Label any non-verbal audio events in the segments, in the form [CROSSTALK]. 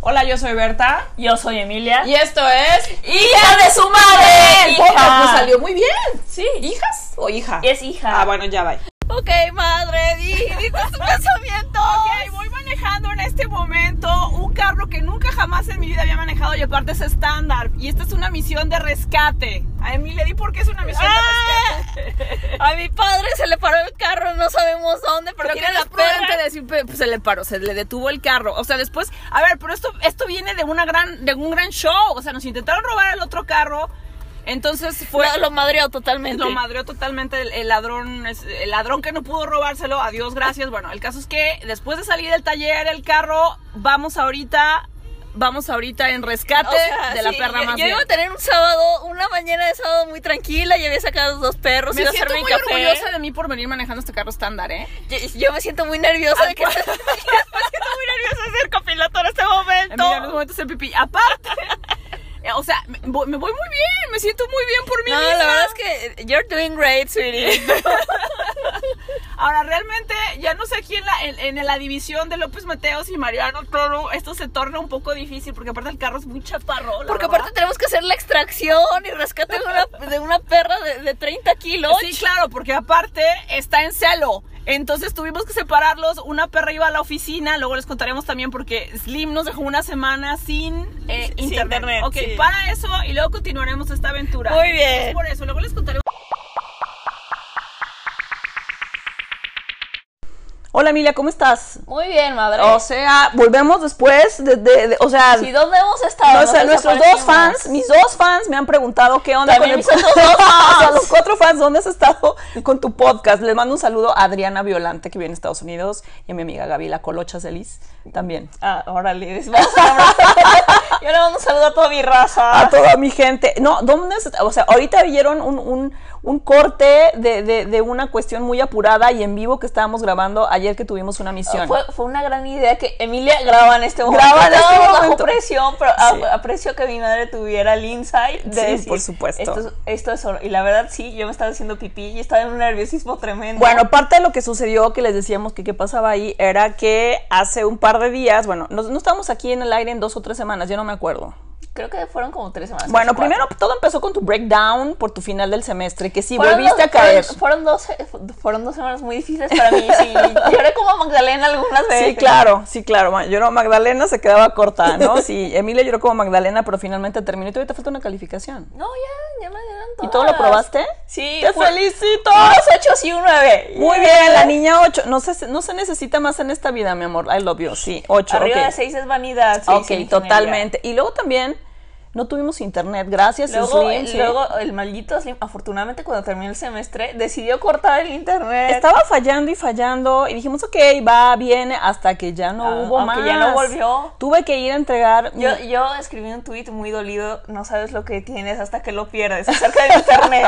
Hola, yo soy Berta. Yo soy Emilia. Y esto es. ¡Hija de su madre! El ¡Hija! Pues podcast Ah. nos salió muy bien. Sí. ¿Hijas o hija? Es hija. Ah, bueno, ya va. Ok, madre, di, di tus pensamientos. Ok, voy manejando en este momento un carro que nunca jamás en mi vida había manejado y aparte es estándar. Y esta es una misión de rescate. A mí le di porque es una misión de rescate. Ah. A mi padre se le paró el carro, no sabemos dónde, pero, Pero que tiene la después perra. de decir, pe- pues, se le paró, se le detuvo el carro. O sea, después, a ver, pero esto, esto viene de una gran, de un gran show. O sea, nos intentaron robar el otro carro. Entonces fue. Lo, lo madreó totalmente. Lo madreó totalmente el, el ladrón, es- el ladrón que no pudo robárselo, adiós, gracias. Bueno, el caso es que después de salir del taller, el carro, vamos ahorita, vamos ahorita en rescate O sea, de la sí, perra yo- más Yo bien. iba a tener un sábado, una mañana de sábado muy tranquila, ya había sacado los dos perros, Me iba a hacer siento mi muy café. orgullosa de mí por venir manejando este carro estándar, ¿eh? Yo, yo me siento muy nerviosa de que estés [LAUGHS] muy nerviosa de ser copiloto en este momento. En los momentos el pipí. Aparte, [LAUGHS] eh, o sea, me voy, me voy muy bien, me siento muy bien por mí No, misma. la verdad es que you're doing great, [LAUGHS] sweetie. Ahora, realmente, ya no sé aquí en la, en, en la división de López Mateos y Mariano Toro, esto se torna un poco difícil porque aparte el carro es muy chaparro. la Porque verdad. [LAUGHS] aparte tenemos que hacer la extracción y rescate de una, de una perra de, de 30 kilos. Sí, claro, porque aparte está en celo. Entonces tuvimos que separarlos. Una perra iba a la oficina. Luego les contaremos también porque Slim nos dejó una semana sin, eh, Sin internet. internet, Ok, sí. para eso y luego continuaremos esta aventura. Muy bien. Es por eso. Luego les contaremos. Hola, Emilia, ¿cómo estás? Muy bien, madre. O sea, volvemos después de. de- de- o sea. si dónde hemos estado? no sé, Nos nuestros dos desaparecimos. fans, mis dos fans me han preguntado qué onda También con el mis otros dos fans. O sea, [LAUGHS] los cuatro fans, ¿dónde has estado con tu podcast? Les mando un saludo a Adriana Violante, que vive en Estados Unidos, y a mi amiga Gaby La Colocha Celis también. Ah, órale, les vamos a [LAUGHS] abrazar. Yo le mando un saludo a toda mi raza. a toda mi gente. No, ¿dónde está? O sea, ahorita vieron un, un- un corte de, de- de una cuestión muy apurada y en vivo que estábamos grabando ayer que tuvimos una misión. Fue, fue una gran idea que Emilia graba en este momento. Graba en este Estábamos momento. bajo presión, pero a- Sí. aprecio que mi madre tuviera el insight de Sí, decir, por supuesto. Esto es, esto es oro. Y la verdad, sí, yo me estaba haciendo pipí y estaba en un nerviosismo tremendo. Bueno, parte de lo que sucedió, que les decíamos que qué pasaba ahí, era que hace un par de días, bueno, nos- no estábamos aquí en el aire en dos o tres semanas, yo no me acuerdo. creo que fueron como tres semanas. Bueno, cuatro. primero todo empezó con tu breakdown por tu final del semestre, que sí, Fueron volviste dos- a caer. Fueron, fueron dos, eh, fueron dos semanas muy difíciles para mí. Sí, [LAUGHS] lloré como Magdalena algunas veces. Sí, claro, sí, claro. Ma- Lloró Magdalena, se quedaba corta, [LAUGHS] ¿no? Sí, Emilia lloró como Magdalena, pero finalmente terminó y todavía te falta una calificación. No, ya, ya me Ah, dieron ¿Y todas. todo lo probaste? Sí. pues, ¡Te fue- felicito! Unos ochos y un nueve. Muy Yeah. bien, la niña 8. No se, no se necesita más en esta vida, mi amor. I love you. Sí, 8. Arriba de seis es vanidad. sí, ok, sí, ingeniería. totalmente. Y luego también no tuvimos internet. Gracias, Luego, Slim, el- sí. luego el maldito Slim, afortunadamente cuando terminó el semestre, decidió cortar el internet. Estaba fallando y fallando y dijimos, ok, va, viene, hasta que ya no Ah, hubo más. Mm. aunque ya no volvió. Tuve que ir a entregar. mi- Yo, yo escribí un tuit muy dolido, no sabes lo que tienes hasta que lo pierdes, acerca [LAUGHS] del internet.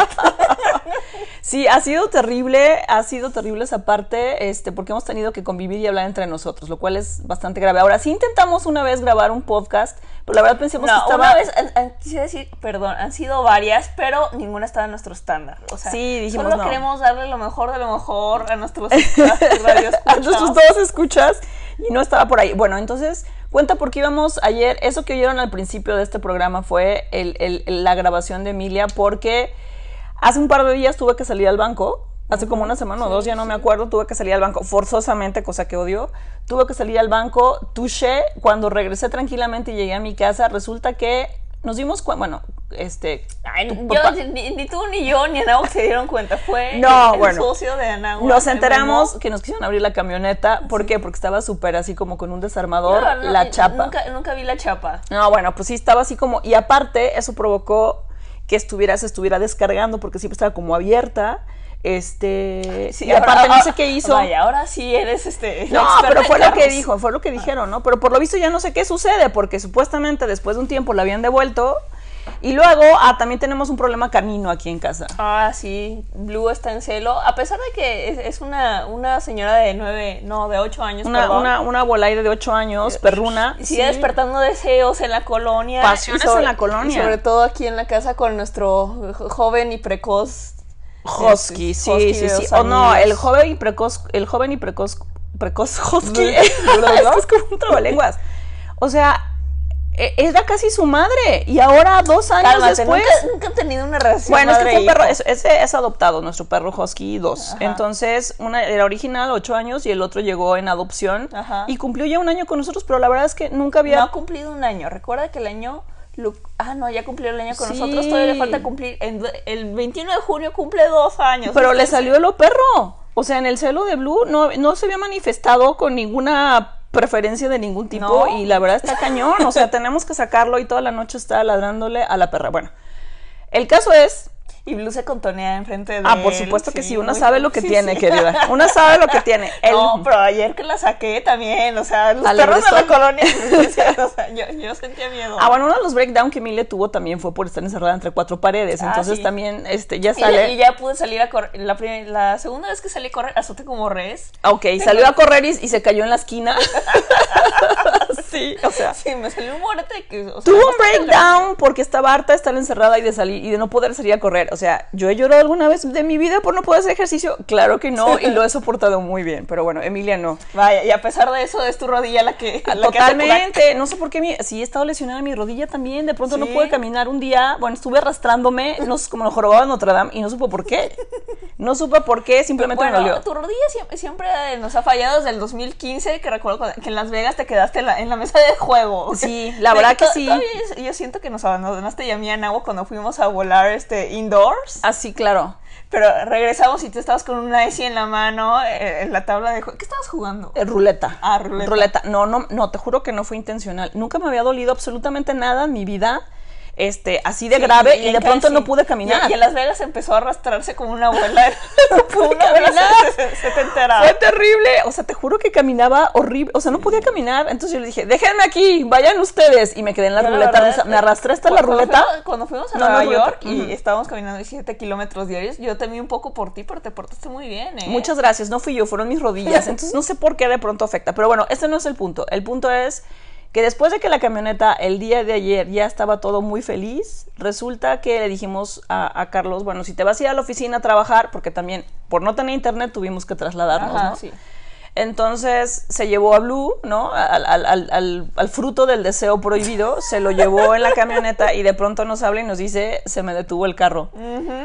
Sí, ha sido terrible, ha sido terrible esa parte, este, porque hemos tenido que convivir y hablar entre nosotros, lo cual es bastante grave. Ahora, sí intentamos una vez grabar un podcast, pero la verdad pensamos que no, estaba... una vez, an- an- quise decir, perdón, han sido varias, pero ninguna estaba en nuestro estándar. O sea, Sí, dijimos, solo no. queremos darle lo mejor de lo mejor [LAUGHS] a nuestros, a nuestros radioescuchas. a nuestros dos escuchas y no estaba por ahí. Bueno, entonces cuenta porque íbamos ayer, eso que oyeron al principio de este programa fue el- el- el- la grabación de Emilia porque hace un par de días tuve que salir al banco. Hace como una semana o dos, ya no me acuerdo, tuve que salir al banco forzosamente, cosa que odio. Tuve que salir al banco, touché, cuando regresé tranquilamente y llegué a mi casa, resulta que nos dimos cuenta, bueno, este... Ay, tu yo- papá- ni, ni tú ni yo ni Anahu se dieron cuenta. Fue No, el, el bueno. socio de Anahu. Nos enteramos que nos quisieron abrir la camioneta. ¿Por qué? Porque estaba súper así como con un desarmador, No, no, la y- chapa. Nunca, nunca vi la chapa. No, bueno, pues sí estaba así como. Y aparte, eso provocó que estuviera, se estuviera descargando porque siempre estaba como abierta. Este. y ahora- aparte, no ahora- sé qué hizo. ah, Vaya, ahora sí eres este. la No, experta pero en fue lo que carros. dijo, fue lo que dijeron, ¿no? Pero por lo visto ya no sé qué sucede, porque supuestamente después de un tiempo la habían devuelto. Y luego, ah, también tenemos un problema canino aquí en casa. Ah, sí, Blue está en celo. A pesar de que es, es una, una señora de nueve, no, de ocho años, Una, perdón. Eh, una, una volaire de 8 años, perruna. Sigue despertando deseos en la colonia. Pasiones y sobre- en la colonia. y sobre todo aquí en la casa con nuestro jo- joven y precoz. Hosky, sí, Husky sí, de sí. dos O no, años. el joven y precoz, el [LAUGHS] joven y precoz, precoz Husky. [LAUGHS] Bleh, bleh, es como un trabalenguas. O sea, eh, era casi su madre y ahora dos años Cálmate, después. nunca, nunca han tenido una relación. Bueno, es que madre fue un e hijo. perro, es, ese es adoptado, nuestro perro Husky 2. Ajá. Entonces, una era original, 8 años, y el otro llegó en adopción Ajá. y cumplió ya un año con nosotros, pero la verdad es que nunca No había... ha cumplido un año. Recuerda que el año. lo- ah, no, ya cumplió el año con Sí. nosotros. Todavía le falta cumplir. en- el 21 de junio cumple dos años. pero le Entonces, salió lo perro. O sea, en el celo de Blue no, no se había manifestado con ninguna preferencia de ningún tipo No. y la verdad está cañón. O sea, tenemos que sacarlo y toda la noche está ladrándole a la perra. Bueno, el caso es Y Blue se contonea enfrente de Ah, por él, supuesto que sí, una muy- sabe lo que sí, tiene, sí. [LAUGHS] querida. Una sabe lo que tiene. El- No, pero ayer que la saqué también, o sea, los ¿A la perros de la Bristol? colonia, [LAUGHS] o sea, yo, yo sentía miedo. Ah, bueno, uno de los breakdown que Mile tuvo también fue por estar encerrada entre cuatro paredes. Ah, entonces sí. también este, ya y, ya- sale. y ya pude salir a correr, la, prim- la segunda vez que salí a correr, azote como res. Ah, Ok, salió a correr y, y se cayó en la [LAUGHS] esquina. [LAUGHS] sí, o sea. Sí, me salió un morete que, o sea, Tuvo un bastante breakdown porque estaba harta de estar encerrada y de salir y de no poder salir a correr. O sea, ¿yo he llorado alguna vez de mi vida por no poder hacer ejercicio? Claro que no, y lo he soportado muy bien. Pero bueno, Emilia no. grande. Vaya, y a pesar de eso, es tu rodilla la que. Ah, la que hace crack. Totalmente, no sé por qué, mi, sí he estado lesionada mi rodilla también, de pronto no Sí. pude caminar un día, bueno, estuve arrastrándome, no sé, como lo jorobaba en Notre Dame y no supo por qué, no supe por qué, simplemente Bueno, me dolió. tu rodilla siempre, siempre nos ha fallado desde el 2015, que recuerdo cuando- que en Las Vegas te quedaste en la, en la mesa de juego. [LAUGHS] Sí, la verdad que to- sí. todavía yo- yo siento que nos abandonaste y a mí en agua cuando fuimos a volar este indoors, Así, Ah, claro, pero regresamos y tú estabas con un icy en la mano, eh, en la tabla de juego. ¿Qué estabas jugando? eh, ruleta. Ah, ruleta. No, no, no, te juro que no fue intencional, nunca me había dolido absolutamente nada en mi vida, este, así de Sí, grave y, en de ca- pronto sí. no pude Y, caminar. y en Las Vegas empezó a arrastrarse como [LAUGHS] una abuela. [LAUGHS] como pude una abuela caminar. se, se- se te enteraba. Fue terrible, o sea, te juro que caminaba horrible, o sea, no podía caminar, entonces yo le dije, déjenme aquí, vayan ustedes, y me quedé en la Yo, ruleta, verdad, rusa. me arrastré hasta la cuando [LAUGHS] ruleta. fuimos- cuando fuimos a No, no, Nueva ruleta. York y Ujú. estábamos caminando 17 kilómetros diarios, yo temí un poco por ti, pero te portaste muy bien, ¿eh? Muchas gracias, no fui yo, fueron mis [LAUGHS] rodillas, entonces no sé por qué de pronto afecta, pero bueno, este no es el punto, el punto es que después de que la camioneta el día de ayer ya estaba todo muy feliz, resulta que le dijimos a, a Carlos, bueno, si te vas a ir a la oficina a trabajar, porque también por no tener internet tuvimos que trasladarnos, Ajá, ¿no? sí. Entonces se llevó a Blue, ¿no? Al, al- al- al- al fruto del deseo prohibido, se lo llevó en la camioneta y de pronto nos habla y nos dice, se me detuvo el carro.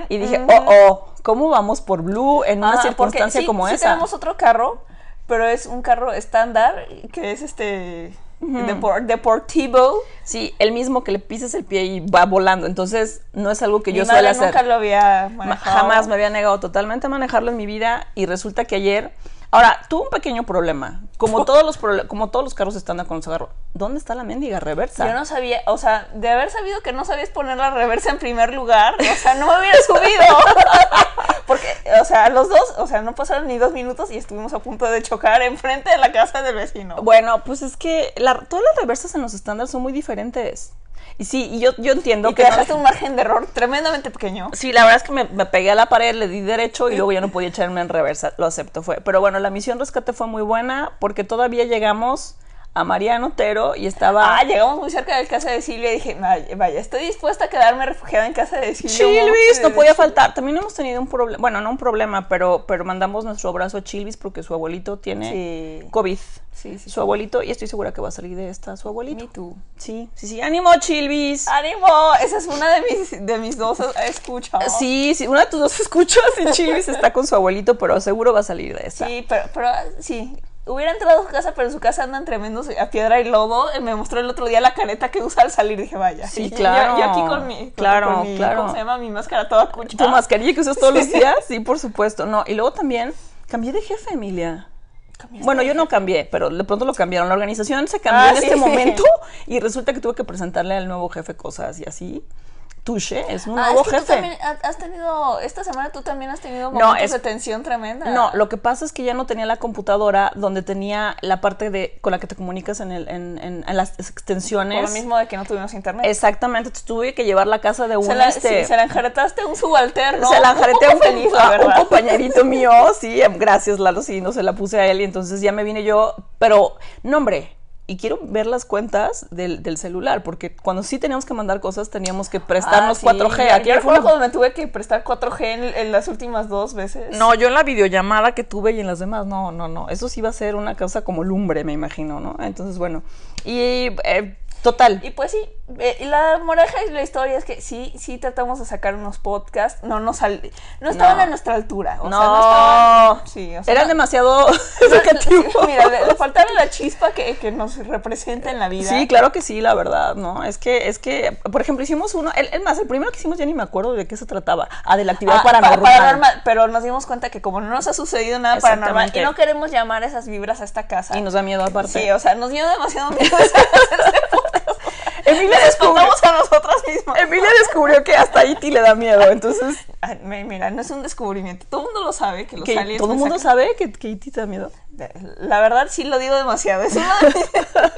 y dije, oh, oh, ¿cómo vamos por Blue en una Ajá, Ah, porque circunstancia sí- como sí esa? tenemos otro carro, pero es un carro estándar que es este depor- deportivo. Sí, el mismo que le pises el pie y va volando. Entonces, no es algo que Mi yo madre suelo hacer. nunca lo había Ma- manejado. Jamás me había negado totalmente a manejarlo en mi vida y resulta que ayer... Ahora, tuve un pequeño problema. Oh. Como todos los, prole- como todos los carros estándar con su carro, ¿dónde está la mendiga reversa? Yo no sabía, o sea, de haber sabido que no sabías poner la reversa en primer lugar, o sea, no [LAUGHS] me hubiera subido. Porque, o sea, los dos, o sea, no pasaron ni dos minutos y estuvimos a punto de chocar enfrente de la casa del vecino. Bueno, pues es que la- todas las reversas en los estándares son muy diferentes. Y sí, y yo, yo entiendo y que. te no- dejaste un margen de error tremendamente pequeño. Sí, la verdad es que me, me pegué a la pared, le di derecho y luego ya no podía echarme en reversa. Lo acepto, fue. Pero bueno, la misión rescate fue muy buena porque todavía llegamos a Mariano Otero y estaba. Ah, llegamos muy cerca de casa de Silvia y dije, "Vaya, vaya, estoy dispuesta a quedarme refugiada en casa de Silvia. Chilvis, no Montes". podía faltar. También hemos tenido un problema, bueno, no un problema, pero, pero mandamos nuestro abrazo a Chilvis porque su abuelito tiene Sí. COVID. Sí, sí. Su abuelito, y estoy segura que va a salir de esta su abuelito. Ni tú. Sí, sí, sí. ¡Ánimo, Chilvis! ¡Ánimo! Esa es una de mis, de mis dos escuchas. Sí, sí, una de tus dos escuchas [LAUGHS] y Chivis está con su abuelito, pero seguro va a salir de esa. Sí, pero, pero sí. Hubiera entrado a su casa, pero en su casa andan tremendos a piedra y lodo. Eh, Me mostró el otro día la careta que usa al salir. Dije, vaya. Sí, Y yo- claro. Yo, aquí con mi. con- Claro, con mi- claro. ¿Cómo se llama? Mi máscara toda cucha. ¿Tu mascarilla que usas todos los días? Sí, por supuesto. No, y luego también cambié de jefe, Emilia. Cambiaste Bueno, yo no cambié, pero de pronto lo cambiaron. La organización se cambió Ah, en sí. este [LAUGHS] momento y resulta que tuve que presentarle al nuevo jefe cosas y así. Tuche es un Ah, nuevo es que tú jefe. también ha- has tenido. Esta semana tú también has tenido No, momentos es- de tensión tremenda. No, lo que pasa es que ya no tenía la computadora donde tenía la parte de con la que te comunicas en, el- en- en- en las Por extensiones. lo mismo de que no tuvimos internet. Exactamente, entonces tuve que llevar la casa de un se, la, este, sí, se la enjaretaste a un [LAUGHS] subalterno. se la Un jarté a [LAUGHS] poco un, feliz, la a un verdad. compañerito mío, sí, em, gracias Lalo, sí, no se la puse a él y entonces ya me vine yo, pero no hombre, y quiero ver las cuentas del, del celular, porque cuando sí teníamos que mandar cosas teníamos que prestarnos Ah, sí, 4G, yo- aquí fue yo recuerdo una- cuando me tuve que prestar 4G en, en las últimas dos veces. No, yo en la videollamada que tuve y en las demás, no, no, no, eso sí va a ser una cosa como lumbre, me imagino, ¿no? Entonces, bueno, y... eh, Total. Y pues sí, eh, y la moraleja de la historia es que sí, sí tratamos de sacar unos podcasts, no nos sal- no estaban No. a nuestra altura, o no. sea, no estaban, sí, o sea, Eran no- demasiado [LAUGHS] no- educativos. [LAUGHS] Mira, le, le faltaba la chispa que, que nos representa en la vida. Sí, claro que sí, la verdad, ¿no? Es que, es que, por ejemplo, hicimos uno, el, el más, el primero que hicimos ya ni me acuerdo de qué se trataba. Ah, de la actividad Ah, pa- paranormal. paranormal, pero nos dimos cuenta que como no nos ha sucedido nada paranormal y Exactamente. no queremos llamar esas vibras a esta casa. Y nos da miedo aparte. sí, o sea, nos dio demasiado miedo. [LAUGHS] Emilia Nos descubrió, contamos a nosotras [LAUGHS] mismas. Emilia descubrió que hasta Iti le da miedo, entonces Ah, mi- Mira, no es un descubrimiento. Todo el mundo lo sabe que los que aliens todo el me mundo sacan- sabe que, que Iti te da miedo. La verdad sí lo digo demasiado. es una- [LAUGHS]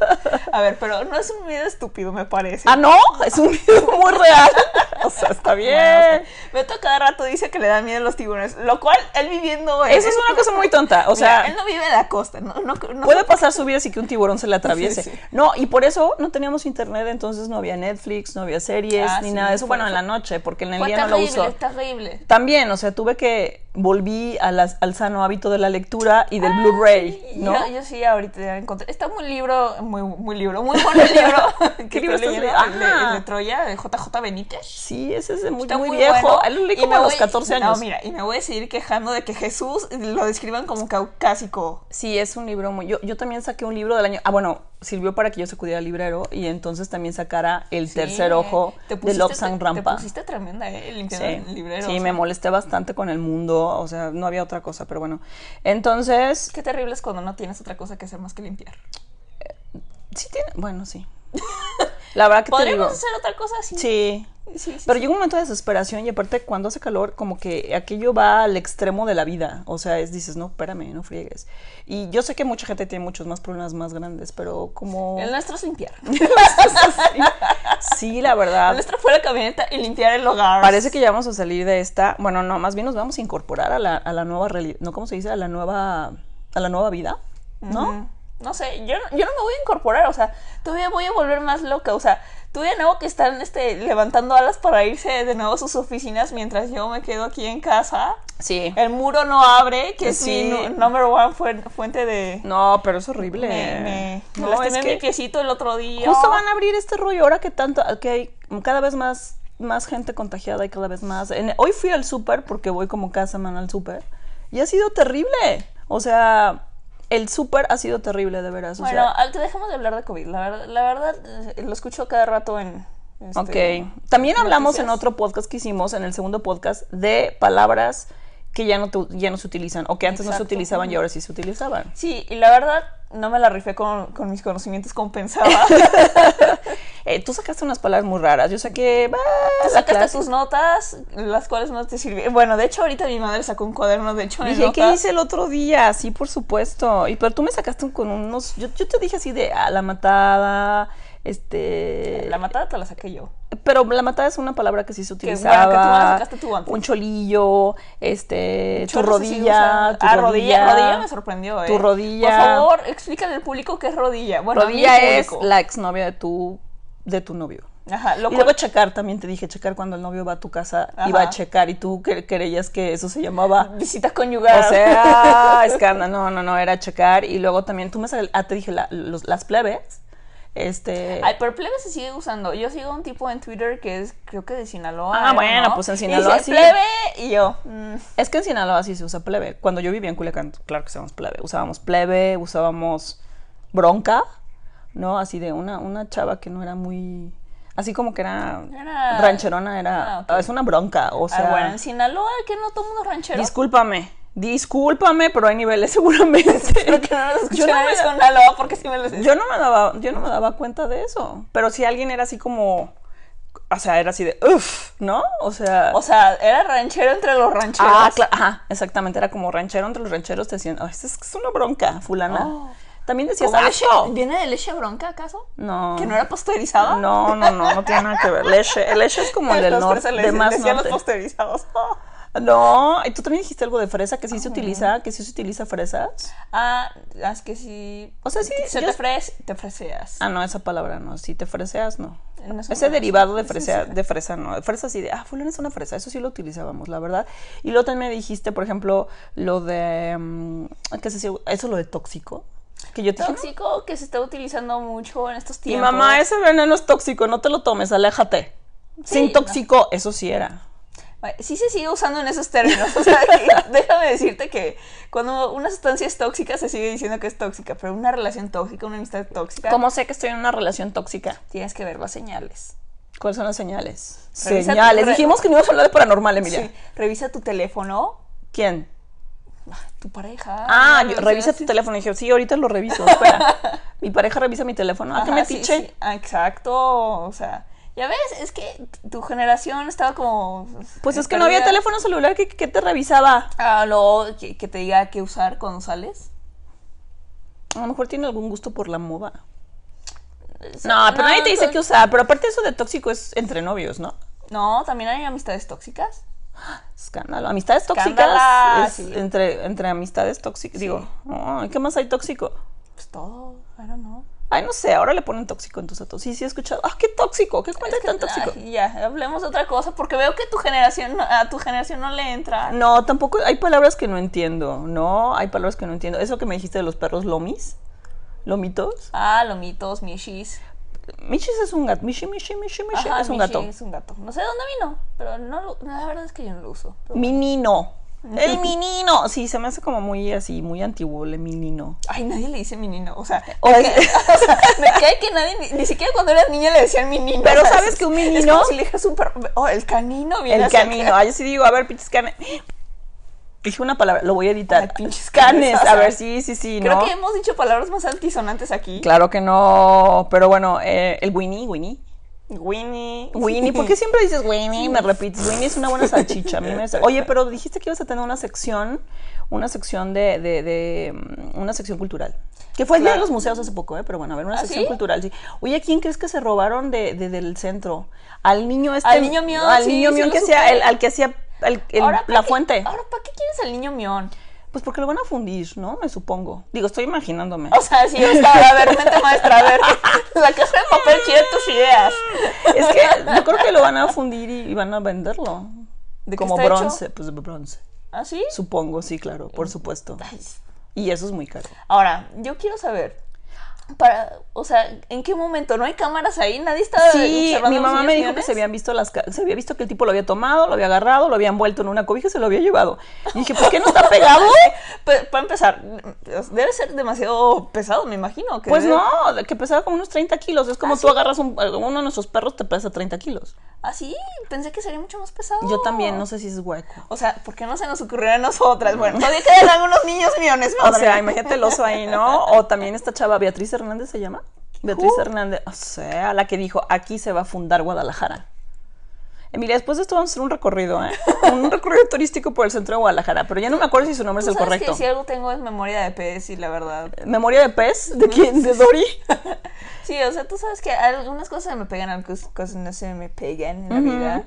[LAUGHS] a ver, pero no es un miedo estúpido, me parece. Ah, no, es un miedo muy real. [LAUGHS] O sea, está bien. Bueno, o sea, Beto cada rato dice que le da miedo los tiburones, lo cual él viviendo en- Eso es una cosa muy tonta, o sea, Mira, él no vive en la costa, no, no, no Puede pasar su vida sin que un tiburón se le atraviese. Sí, sí. No, y por eso no teníamos internet, entonces no había Netflix, no había series, Ah, ni sí, nada de eso. fue- Bueno, en la noche, porque en el Fue día no lo terrible, uso. terrible. También, o sea, tuve que volví a las- al sano hábito de la lectura y del Blu-ray, Ah, Sí, ¿no? Yo, yo sí ahorita ya encontré. Está muy libro, muy, muy libro, muy bueno [LAUGHS] el libro. que ¿Qué libro estoy estás leyendo, El de, leyendo? el de Troya, de JJ Benítez. Sí, ese es de muy, Está muy viejo. bueno. Él lo leí Y como me a los voy- 14 años. No, mira, y me voy a seguir quejando de que Jesús lo describan como caucásico. Sí, es un libro muy. Yo, yo también saqué un libro del año. Ah, bueno, sirvió para que yo sacudiera al librero y entonces también sacara El Sí, Tercer Ojo te de pusiste- Lobsang te- Rampa. Te pusiste tremenda, ¿eh? Limpiando Sí, el librero. sí, o sea, me molesté bastante con el mundo, o sea, no había otra cosa, pero bueno. Entonces, Qué terrible es cuando no tienes otra cosa que hacer más que limpiar. sí tiene, bueno, [LAUGHS] sí. La verdad que te digo, ¿Podríamos hacer otra cosa así? sí. sí, sí, Pero llega un momento de desesperación y aparte cuando hace calor, como que aquello va al extremo de la vida, o sea, es dices, no, espérame, no friegues. Y yo sé que mucha gente tiene muchos más problemas más grandes, pero como... El nuestro [LAUGHS] es limpiar. sí, la verdad. [LAUGHS] El nuestro fue la camioneta y limpiar el hogar. Parece que ya vamos a salir de esta. Bueno, no, más bien nos vamos a incorporar a la, a la nueva realidad. ¿No? ¿Cómo se dice? A la nueva. A la nueva vida. ¿No? Mm, No sé, yo, no- yo no me voy a incorporar, o sea, todavía voy a volver más loca, o sea, tú de nuevo que están este, levantando alas para irse de nuevo a sus oficinas mientras yo me quedo aquí en casa. Sí. El muro no abre, que Pues es Sí. mi nu- number one fuen- fuente de... No, pero es horrible. Me, me- me no, lastimé es mi que piecito el otro día. justo van a abrir este rollo ahora que tanto. Que hay cada vez más, más gente contagiada y cada vez más. En- hoy fui al súper porque voy como cada semana al súper. Y ha sido terrible. O sea, el súper ha sido terrible, de veras. o Bueno, sea. al- dejemos de hablar de COVID, la, verdad- la verdad eh, lo escucho cada rato en... este, ok. También hablamos en noticias. otro podcast que hicimos, en el segundo podcast, de palabras que ya no, tu- ya no se utilizan o que antes no se Exacto. utilizaban y ahora sí se utilizaban. [LAUGHS] Sí, y la verdad no me la rifé con, con mis [LAUGHS] conocimientos compensados. Eh, tú sacaste unas palabras muy raras. Yo saqué. bah, Tú la sacaste clásica. tus notas, las cuales no te sirvieron. Bueno, de hecho, ahorita mi madre sacó un cuaderno, de hecho, de Dije, ¿qué notas. hice el otro día? Sí, por supuesto. Y pero tú me sacaste un- con unos. Yo, yo te dije así de ah, la matada. Este. La matada te la saqué yo. pero la matada es una palabra que sí se Que, bueno, que tú utilizaba. la sacaste tú antes. Un cholillo, este. tu Chorro se sigue rodilla. usando. Tu ah, rodilla. Rodilla me sorprendió, ¿eh? Tu rodilla. Por favor, explícale al público qué es rodilla. Bueno, a mí rodilla el es público. la exnovia de tu, de tu novio. Ajá, lo y cual- luego checar, también te dije, checar cuando el novio va a tu casa, Ajá. iba a checar y tú cre- creías que eso se llamaba... Visita conyugal. O sea, escándalo, no, no, no, era checar. Y luego también tú me sal- ah, te dije, la- los- las plebes, este... [LAUGHS] Ay, pero plebe se sigue usando. Yo sigo a un tipo en Twitter que es, creo que de Sinaloa. Ah, bueno, ¿no? pues en Y Sinaloa dice, sí. plebe y yo. mm, Es que en Sinaloa sí se usa plebe. Cuando yo vivía en Culiacán, claro que usábamos plebe. Usábamos plebe, usábamos bronca, ¿no? Así de una, una chava que no era muy... Así como que era, Era- rancherona, era... Ah, ok. ah, Es una bronca, o sea... ah, bueno, en Sinaloa, que no todo mundo es ranchero. Discúlpame, discúlpame, pero hay niveles [LAUGHS] seguramente. Espero que [LAUGHS] no nos yo, escuchen no en me, Sinaloa porque sí me los yo no me daba, yo no me daba cuenta de eso. Pero si alguien era así como, o sea, era así de, uff, ¿no? O sea, O sea, era ranchero entre los rancheros. ah, cla- ajá, exactamente, era como ranchero entre los rancheros te decían, "Ay, es, es una bronca, fulana. Oh. También decías, ¿Cómo leche? "Acho". ¿Viene de leche bronca acaso? No. ¿Que no era pasteurizada? Mm, [LAUGHS] No, no, no, no tiene nada que ver. Leche, el leche es como el del Los norte, tres de más decían norte. los pasteurizados. No, y tú también dijiste algo de fresa, que sí se utiliza, que sí se utiliza fresas. [LAUGHS] Ah, es que sí. O sea, sí, Se yo- te, fres, te freseas. Ah, no, esa palabra no. Si te freseas, no. No es Ese una- derivado de sí, sí, fresa, de fresa, no. Fresa sí de, ah, fulano es una fresa. Eso sí lo utilizábamos, la verdad. Y luego también me dijiste, por ejemplo, lo de, mm, ¿qué sé yo? Eso lo de tóxico. Que yo te dije, Tóxico que se está utilizando mucho en estos Y tiempos. mamá, ese veneno es tóxico, no te lo tomes, aléjate. Sí, Sin tóxico, eso sí era. Ay, Sí se sigue usando en esos términos. [LAUGHS] O sea, que- déjame decirte que cuando una sustancia es tóxica se sigue diciendo que es tóxica, pero una relación tóxica, una amistad tóxica, ¿Cómo sé que estoy en una relación tóxica? tienes que ver las señales. ¿Cuáles son las señales? Revisa tu señales. re- Dijimos que no íbamos a hablar de paranormal, Emilia. Sí, Revisa tu teléfono, ¿Quién? tu pareja. Ah, ¿no? yo- revisa tu teléfono. Y dije, sí, ahorita lo reviso. Espera. [LAUGHS] Mi pareja revisa mi teléfono. ¿A qué Ajá, me sí, piche? sí. Ah, exacto. O sea, ya ves, es que tu generación estaba como. eh, Pues es que no había perdida. teléfono celular que, que te revisaba. Ah, lo que, que te diga qué usar cuando sales. A lo mejor tiene algún gusto por la moda. O sea, No, pero nadie te dice son- qué usar. Pero aparte eso de tóxico es entre novios, ¿no? No, también hay amistades tóxicas. Escándalo. Amistades tóxicas. Escándala, es sí. entre, entre amistades tóxicas. Digo, ay, ¿qué más hay tóxico? Pues todo, I don't know. Ay, no sé, ahora le ponen tóxico en tus datos. Sí, sí, he escuchado. Ah, qué tóxico, qué cuenta Es que- tan tóxico. ay, ya, hablemos de otra cosa, porque veo que tu generación, no- a tu generación no le entra. No, tampoco, hay palabras que no entiendo, ¿no? Hay palabras que no entiendo. Eso que me dijiste de los perros lomis, lomitos. Ah, lomitos, mishis. Michis es un gato, michi, michi, michi, michi, Ajá, es un mishi gato. Es un gato. No sé de dónde vino, pero no, lo- la verdad es que yo no lo uso. Pero- Minino. [LAUGHS] El minino. Sí, se me hace como muy así, muy antiguo el minino. Ay, nadie le dice menino, o sea, O [LAUGHS] es- o sea, me cae que nadie, ni, ni siquiera cuando eras niña le decían menino. Pero o sea, ¿sabes es- que un Es menino- como si le dijeras un perro, oh, el canino viene el hacia camino. acá. Ay, yo sí digo, a ver, pinches canes. Dije una palabra, lo voy a editar. Ay, pinches canes. canes, o sea, A ver, sí, sí, sí, Creo ¿no? que hemos dicho palabras más altisonantes aquí. Claro que no, pero bueno, eh, el Winnie, Winnie. Winnie. [LAUGHS] Winnie, ¿por qué siempre dices Winnie? y Me repites, Winnie es una buena salchicha. A mí [LAUGHS] me- Oye, pero dijiste que ibas a tener una sección, una sección de, de- de, mm, una sección cultural. Que fue el día de Claro. los museos hace poco, ¿eh? Pero bueno, a ver, una ¿Ah, sección sí? cultural, sí. Oye, ¿a ¿quién crees que se robaron de, de- del centro? Al niño este. Al niño mión, Al sí, niño sí mión lo que hacía, supe. el- al que hacía el- el- Ahora, Ah. ¿para la qué- fuente. Ahora, ¿para qué quieres al niño mión? Pues porque lo van a fundir, ¿no? Me supongo. Digo, estoy imaginándome. O sea, si yo estaba, a ver, mente maestra, a ver. [LAUGHS] La casa de papel quiere tus ideas. [LAUGHS] es [LAUGHS] que yo creo que lo van a fundir y, y van a venderlo. ¿De qué Como está hecho? bronce, pues de bronce. ¿Ah, sí? Supongo, sí, claro, por supuesto. Ay, Y eso es muy caro. Ahora, yo quiero saber. Para, o sea, ¿en qué momento? ¿No hay cámaras ahí? ¿Nadie estaba Sí, observando mi los mamá me dijo que aviones? se habían visto las ca- se había visto que el tipo lo había tomado, lo había agarrado, lo había envuelto en una cobija y se lo había llevado. Y dije, ¿por qué no [LAUGHS] está [LAUGHS] pegado? Pa- para empezar, debe ser demasiado pesado, me imagino. que Pues debe- no, que pesaba como unos 30 kilos. Es como tú agarras un- uno de nuestros perros, te pesa 30 kilos. ¿Ah, sí? Pensé que sería mucho más pesado. Yo también, no sé si es hueco. O sea, ¿por qué no se nos ocurrió a nosotras? Bueno, todavía quedan algunos niños millones, O madre. sea, imagínate el oso ahí, ¿no? O también esta chava, Beatriz Hernández se llama. Beatriz Hernández, o sea, la que dijo, aquí se va a fundar Guadalajara. Emilia, después de esto vamos a hacer un [LAUGHS] recorrido, ¿eh? Un recorrido turístico por el centro de Guadalajara, pero ya no me acuerdo si su nombre Tú es el sabes correcto. que si algo tengo es memoria de pez y la verdad. ¿Memoria de pez? ¿De quién? ¿De Dory? [LAUGHS] Sí, o sea, tú sabes que algunas cosas se me pegan, algunas cosas no se me pegan en la vida.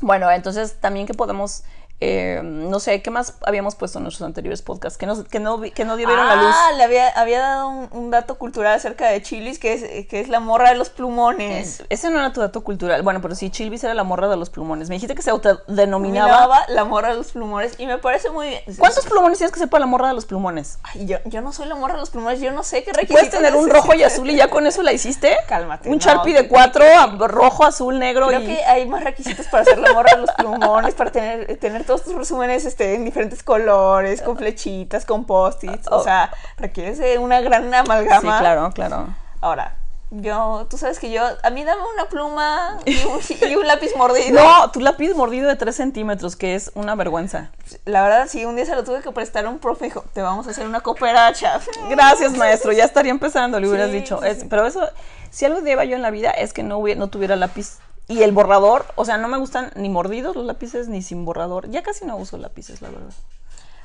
bueno, entonces también que podemos, eh, no sé, ¿qué más habíamos puesto en nuestros anteriores podcasts? Que no, que no, vi- que no dieron la luz. Ah, le había, había dado un, un dato cultural acerca de Chilis, que es, que es la morra de los plumones. Es- Ese no era tu dato cultural. Bueno, pero sí, Chilvis era la morra de los plumones. Me dijiste que se autodenominaba. Nominaba la morra de los plumones y me parece muy bien. ¿Cuántos plumones tienes que ser para la morra de los plumones? Ay, yo, yo no soy la morra de los plumones, yo no sé qué requisitos. ¿Puedes tener un rojo y necesitas. azul y ya con eso la hiciste? Cálmate, Un no. Sharpie de cuatro, a- rojo, azul, negro Creo y... que hay más requisitos para ser la morra de los plumones, para tener, tener todos tus resúmenes este, en diferentes colores, con flechitas, con post-its. O sea, requieres de una gran amalgama. Oh. Sí, claro, claro. Ahora, yo, tú sabes que yo, a mí dame una pluma y [LAUGHS] un, y un lápiz mordido. Eh, No, tu lápiz mordido de 3 centímetros, que es una vergüenza. La verdad, sí, un día se lo tuve que prestar a un profe y dijo, te vamos a hacer una cooperacha. Gracias, maestro. Ya estaría empezando, le hubieras Sí, dicho. sí, Es- sí. Pero eso, si algo lleva yo en la vida es que no, hubie- no tuviera lápiz. Y el borrador, o sea, no me gustan ni mordidos los lápices ni sin borrador. Ya casi no uso lápices, la verdad.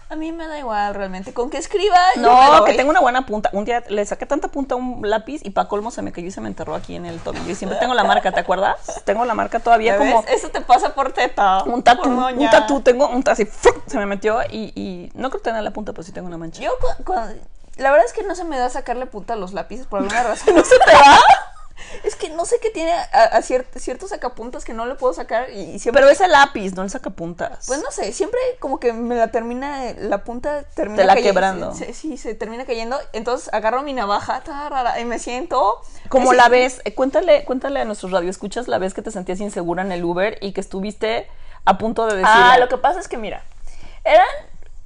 A mí me da igual realmente, con que escriba. [LAUGHS] yo me No, doy. que tengo una buena punta. Un día le saqué tanta punta a un lápiz y pa' colmo se me cayó y se me enterró aquí en el tobillo. Y siempre tengo la marca, ¿te [LAUGHS] acuerdas? Tengo la marca todavía ¿Ya como ves? Eso te pasa por teta. un tatu. por Un moña. tatu, tengo un tatu así, ¡fuc! se me metió y, y no creo tener la punta, pero sí tengo una mancha. Yo, [LAUGHS] cu- cuando- la verdad es que [LAUGHS] no se me da sacarle punta a los lápices por alguna razón. ¿No se te va? es que no no sé qué tiene a, a cier- ciertos sacapuntas que no le puedo sacar y, y siempre... Pero es el lápiz, no el sacapuntas. pues no sé, siempre como que me la termina, la punta termina Te la cayendo- quebrando. se- sí, se termina cayendo. Entonces agarro mi navaja tarara, y me siento. Como Así- la vez, eh, cuéntale, cuéntale a nuestros radioescuchas la vez que te sentías insegura en el Uber y que estuviste a punto de decir. Ah, lo que pasa es que mira, eran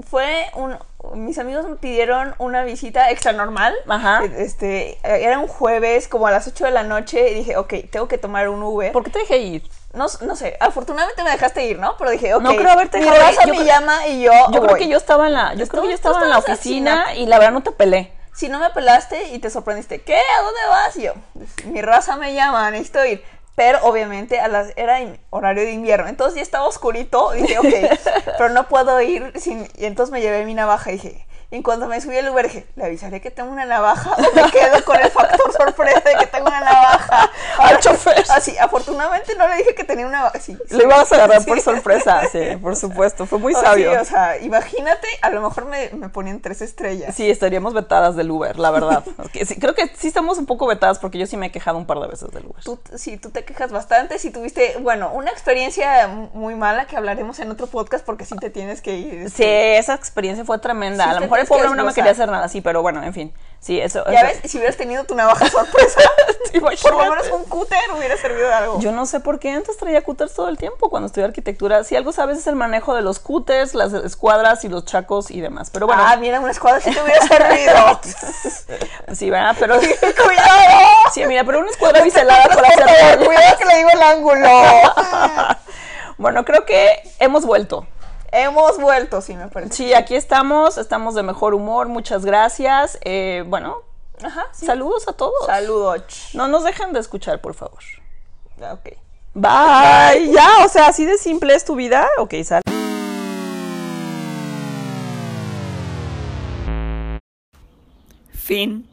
fue un mis amigos me pidieron una visita extra normal. Ajá. Este, era un jueves como a las 8 de la noche y dije, ok, tengo que tomar un Uber. ¿Por qué te dejé ir? No, no sé, afortunadamente me dejaste ir, ¿no? Pero dije, ok. No creo haberte mi dejado ir. Yo raza me creo- llama y yo Yo creo Oh, voy. que yo estaba en la, yo creo que yo Tú- tú estaba en la estabas oficina así, y la verdad no te pelé. Si no me pelaste y te sorprendiste, ¿qué? ¿A dónde vas? Y yo, "Pues, mi raza me llama, necesito ir. Pero obviamente a las, era en horario de invierno, entonces ya estaba oscurito. [LAUGHS] Dije, ok, pero no puedo ir sin. Y entonces me llevé mi navaja y dije, y en cuanto me subí al Uber, dije, ¿le avisaré que tengo una navaja o me quedo con el factor sorpresa de que tengo una navaja? [LAUGHS] Al chofer. Así, afortunadamente no le dije que tenía una navaja. Sí, sí. Lo ibas a agarrar por Sí. sorpresa, sí, por supuesto. Fue muy Oh, sí, sabio. o sea, imagínate, a lo mejor me, me ponían tres estrellas. Sí, estaríamos vetadas del Uber, la verdad. Que sí, creo que sí estamos un poco vetadas porque yo sí me he quejado un par de veces del Uber. tú, sí, tú te quejas bastante, si tuviste, bueno, una experiencia muy mala que hablaremos en otro podcast porque sí te tienes que ir. Sí, este, esa experiencia fue tremenda. Sí, a lo te mejor el tienes que pobre hombre no me desglosar. quería hacer nada, sí, pero bueno, en fin. Sí, eso. Ya eso- [LAUGHS] ves, si hubieras tenido tu navaja sorpresa, por Imagínate. lo menos un cúter hubiera servido de algo. Yo no sé por qué antes traía cúters todo el tiempo cuando estudié arquitectura. Si algo sabes es el manejo de los cúters, las escuadras y los chacos y demás. Pero bueno, [LAUGHS] ah, mira, una escuadra sí te hubiera servido. sí, ¿verdad? Pero [LAUGHS] ¡Cuidado! sí, mira, pero una escuadra biselada [LAUGHS] para hacer. ¡Cuidado que le digo [LAUGHS] el ángulo! Bueno, creo que hemos vuelto. Hemos vuelto, sí, me parece. Sí, aquí estamos, estamos de mejor humor, muchas gracias. Eh, bueno, Ajá, sí. saludos a todos. Saludos. No nos dejen de escuchar, por favor. Ah, Ok. Bye. Ya, o sea, así de simple es tu vida. Ok, sal. Fin.